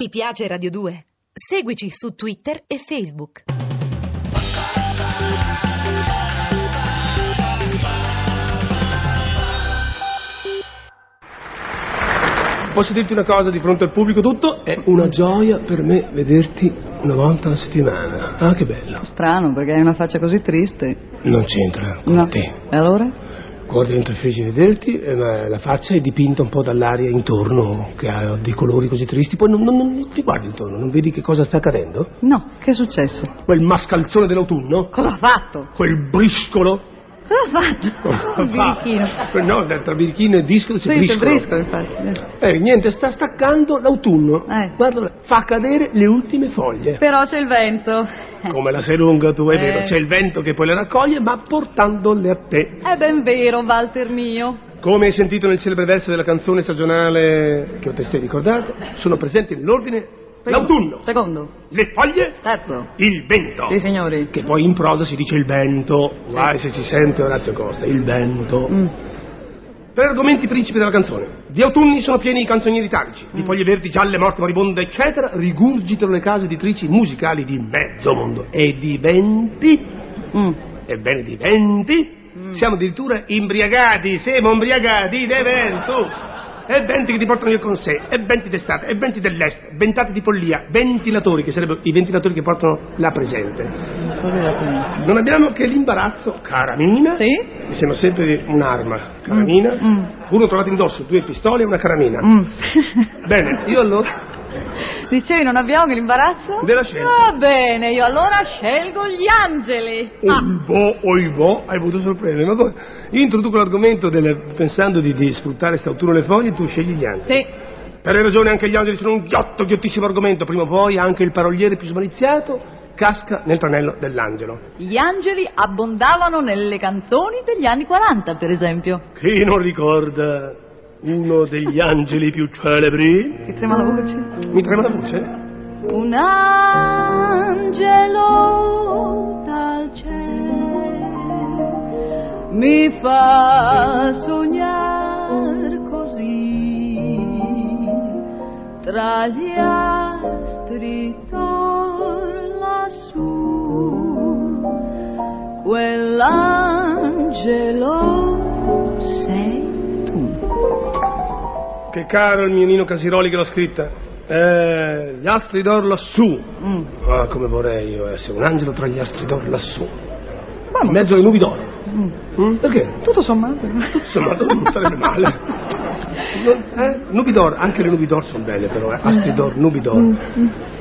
Ti piace Radio 2? Seguici su Twitter e Facebook. Posso dirti una cosa di fronte al pubblico tutto? È Una gioia per me vederti una volta alla settimana. Ah, che bello. Strano, perché hai una faccia così triste. Non c'entra con te. E allora? Guardi dentro il frigo vederti, eh, ma la faccia è dipinta un po' dall'aria intorno, che ha dei colori così tristi. Poi non, non- non ti guardi intorno, non vedi che cosa sta accadendo? No, che è successo? quel mascalzone dell'autunno? Cosa ha fatto? Quel briscolo? Cosa ha fatto? Un birichino. Ah, No, tra birichino e discolo c'è Sì, c'è briscolo. brisco, infatti. Eh, niente, sta staccando l'autunno. Eh. Guarda, là, fa cadere le ultime foglie. Però c'è il vento. Come la sei lunga tu, è Eh. vero, c'è il vento che poi le raccoglie, ma portandole a te. È ben vero, Walter mio. Come hai sentito nel celebre verso della canzone stagionale che ho testé ricordato, sono presenti nell'ordine l'autunno, Secondo. le foglie, Terzo. il vento. Sì, signori. Che poi in prosa si dice il vento, guai se ci sente Orazio Costa, il vento. Mm. Per argomenti principi della canzone. Di autunni sono pieni i canzonieri italici, Mm. di foglie verdi, gialle, morte, moribonde, eccetera, rigurgitano le case editrici musicali di mezzo mondo. E diventi, Mm. ebbene diventi, siamo addirittura imbriagati, siamo imbriagati di vento. E venti che ti portano via con sé, e venti d'estate, e venti dell'est, ventati di follia, ventilatori, che sarebbero i ventilatori che portano la presente. Cos'è la prima? Non abbiamo che l'imbarazzo, cara Mina. Sì? Mi sembra sempre di un'arma, cara Mina. mm. Uno trovato indosso, due pistole e una caramina. Mm. Bene, io allora. Dicevi, non abbiamo che l'imbarazzo? Della scelta. Va bene, io allora scelgo gli angeli. Ah, Oibò, oibò, hai potuto sorprendere. Ma poi io introduco l'argomento del, pensando di, di sfruttare st'autunno le foglie, tu scegli gli angeli. sì. Per hai ragione, anche gli angeli sono un ghiotto,ghiottissimo argomento. Prima o poi anche il paroliere più smaliziato casca nel tranello dell'angelo. Gli angeli abbondavano nelle canzoni degli anni 40, per esempio. Chi non ricorda uno degli angeli più celebri? Ti trema la voce? Mi trema la voce? Un angelo dal cielo mi fa sognare così tra gli astri tor lassù quell'angelo sei tu Che caro il mio Nino Casiroli che l'ha scritta. Eh, gli astri d'oro lassù. Mm. Ah, come vorrei io essere un angelo tra gli astri d'oro lassù. In mezzo ai nubi d'oro. Mm, Perché? tutto sommato Insomma, non sarebbe male. Non- eh? Nubi d'oro, anche le nubi d'oro sono belle però, eh. Astri d'oro, nubi Mm, d'oro.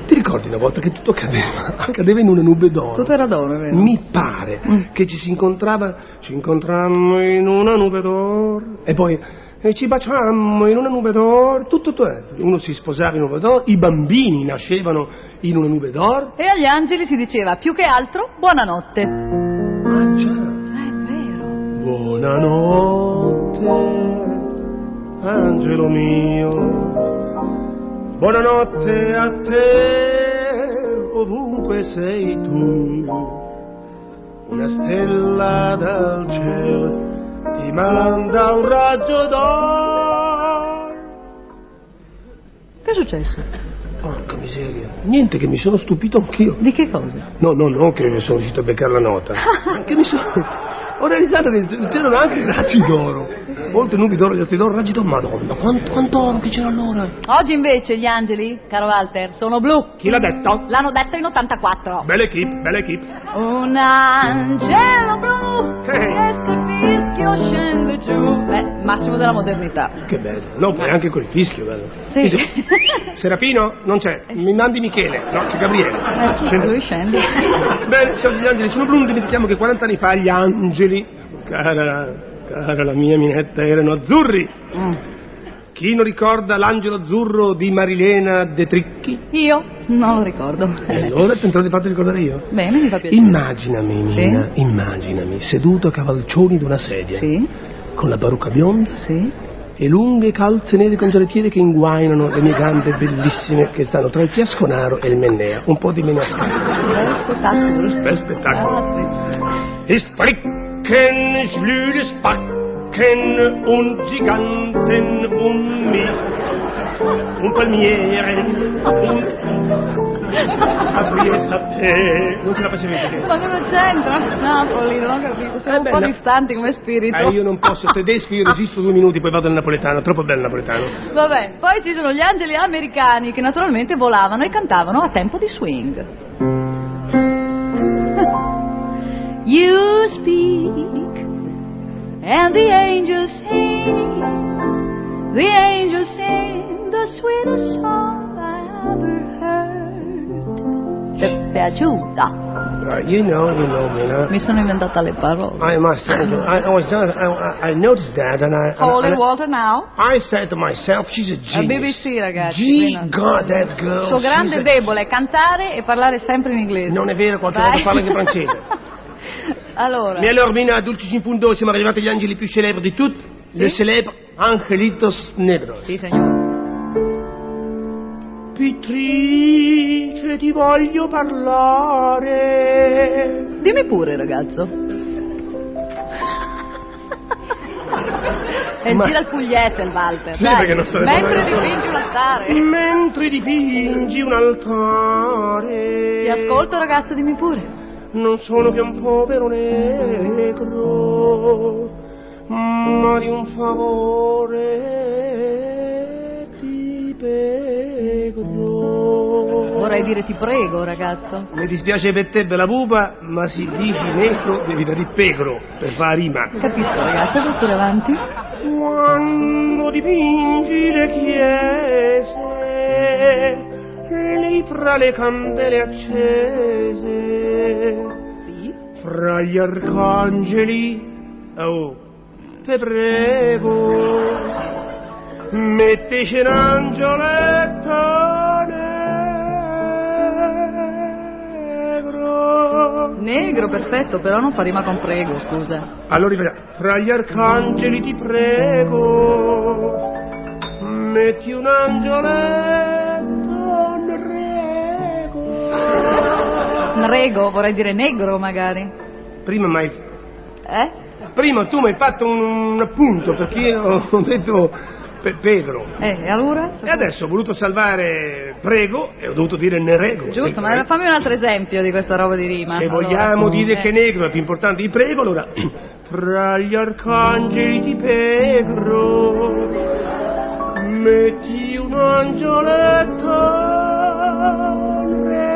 Ti ricordi una volta che tutto cadeva, cadeva in una nube d'oro? Tutto era d'oro, è vero? Mi pare che ci si incontrava, ci incontrammo in una nube d'oro e poi e ci baciammo in una nube d'oro, tutto, tutto eh. uno si sposava in una nube d'oro, i bambini nascevano in una nube d'oro. E agli angeli si diceva più che altro buonanotte. Eh, Ah, già. È vero. Buonanotte, angelo mio, buonanotte a te, ovunque sei tu, una stella dal cielo ti manda un raggio d'oro. Che è successo? Porca miseria, niente che mi sono stupito anch'io. Di che cosa? No, no, no, che sono riuscito a beccare la nota. Anche Ah, mi sono. Ho realizzato che c'erano anche i raggi d'oro. Molte nubi d'oro, gli altri d'oro, raggi d'oro. Madonna, quanto, quanto oro che c'era allora. Oggi invece gli angeli, caro Walter, sono blu. Chi l'ha detto? L'hanno detto in 84. Bella equip, bella equip. Un angelo blu Sì. che si fischio scende giù. Beh, massimo della modernità. Che bello. No, poi anche quel fischio, bello. Sì. Dice, Serafino? Non c'è. Mi mandi Michele. No, c'è Gabriele. Eh, sì, lui scende. Bene, sono gli angeli. Sono blu, non dimentichiamo che 40 anni fa gli angeli, cara, cara la mia minetta, erano azzurri. Mm. Chi non ricorda l'angelo azzurro di Marilena De Tricchi? Io non lo ricordo. E allora tenterò di farti ricordare io. Bene, mi fa piacere. Immaginami, Nina, immaginami, seduto a cavalcioni di una sedia, Sì, con la parrucca bionda sì. e lunghe calze nere con gialletiere che inguainano le mie gambe bellissime che stanno tra il fiasconaro e il mennea, un po' di menascale. Bel spettacolo. Bel spettacolo. Ah, Ich sprechen, schlüde Spacken und Giganten um mich. un palmiere, un... aprire e sapere. Non ce la facevi perché? Ma cosa c'entra? Napoli, non ho capito. Siamo Eh, un beh, po' no. distanti come spirito. Eh, io non posso, tedesco, io resisto due minuti, poi vado al napoletano, troppo bello il napoletano. Vabbè, poi ci sono gli angeli americani che naturalmente volavano e cantavano a tempo di swing. You speak and the angels sing, the angels sing the sweetest song I ever heard. Ti è piaciuta? Uh, you know, you know me, no? Mi sono inventata le parole. I must tell you, I, I was done, I, I noticed that and I... and I- Holy and I- water now. I said to myself, she's a La genius. BBC ragazzi. qui Gee, non- God, that girl. Il suo grande she's a- debole è cantare e parlare sempre in inglese. Non è vero, qualche Vai. volta parla anche francese. allora, E allora, Mina, dolci in punto, siamo arrivati agli angeli più celebri di tutti. Le celebre Angelitos Negros. sì signore. Pittrice, ti voglio parlare. Dimmi pure, ragazzo. e Ma- gira il pugliese il Walter. Sì, dai. perché non so le Mentre parole. dipingi un altare. Mentre dipingi un altare. Ti ascolto, ragazzo, dimmi pure. Non sono che un povero negro, ma di un favore ti pego. Vorrei dire ti prego, ragazzo. Mi dispiace per te, bella pupa, ma se dici negro devi dare pegro per fare rima. Capisco, ragazzo, vai pure avanti. Quando dipingi le chiese, lì fra le candele accese, Sì. fra gli arcangeli. Oh, te prego, mettici un angioletto negro. Negro, perfetto, però non fa rima con prego, scusa. Allora ripetiamo, fra gli arcangeli ti prego, metti un angioletto negro. Rego, vorrei dire negro, magari. Prima mai Eh? Prima tu mi hai fatto un, un appunto perché io ho detto Pe- Pedro. Eh, e allora? E adesso ho voluto salvare prego e ho dovuto dire nerego. Giusto, Se- ma fammi un altro esempio di questa roba di rima. Se Allora, vogliamo dire eh. che negro è più importante di prego, allora fra gli arcangeli di Pedro metti un angioletto prego.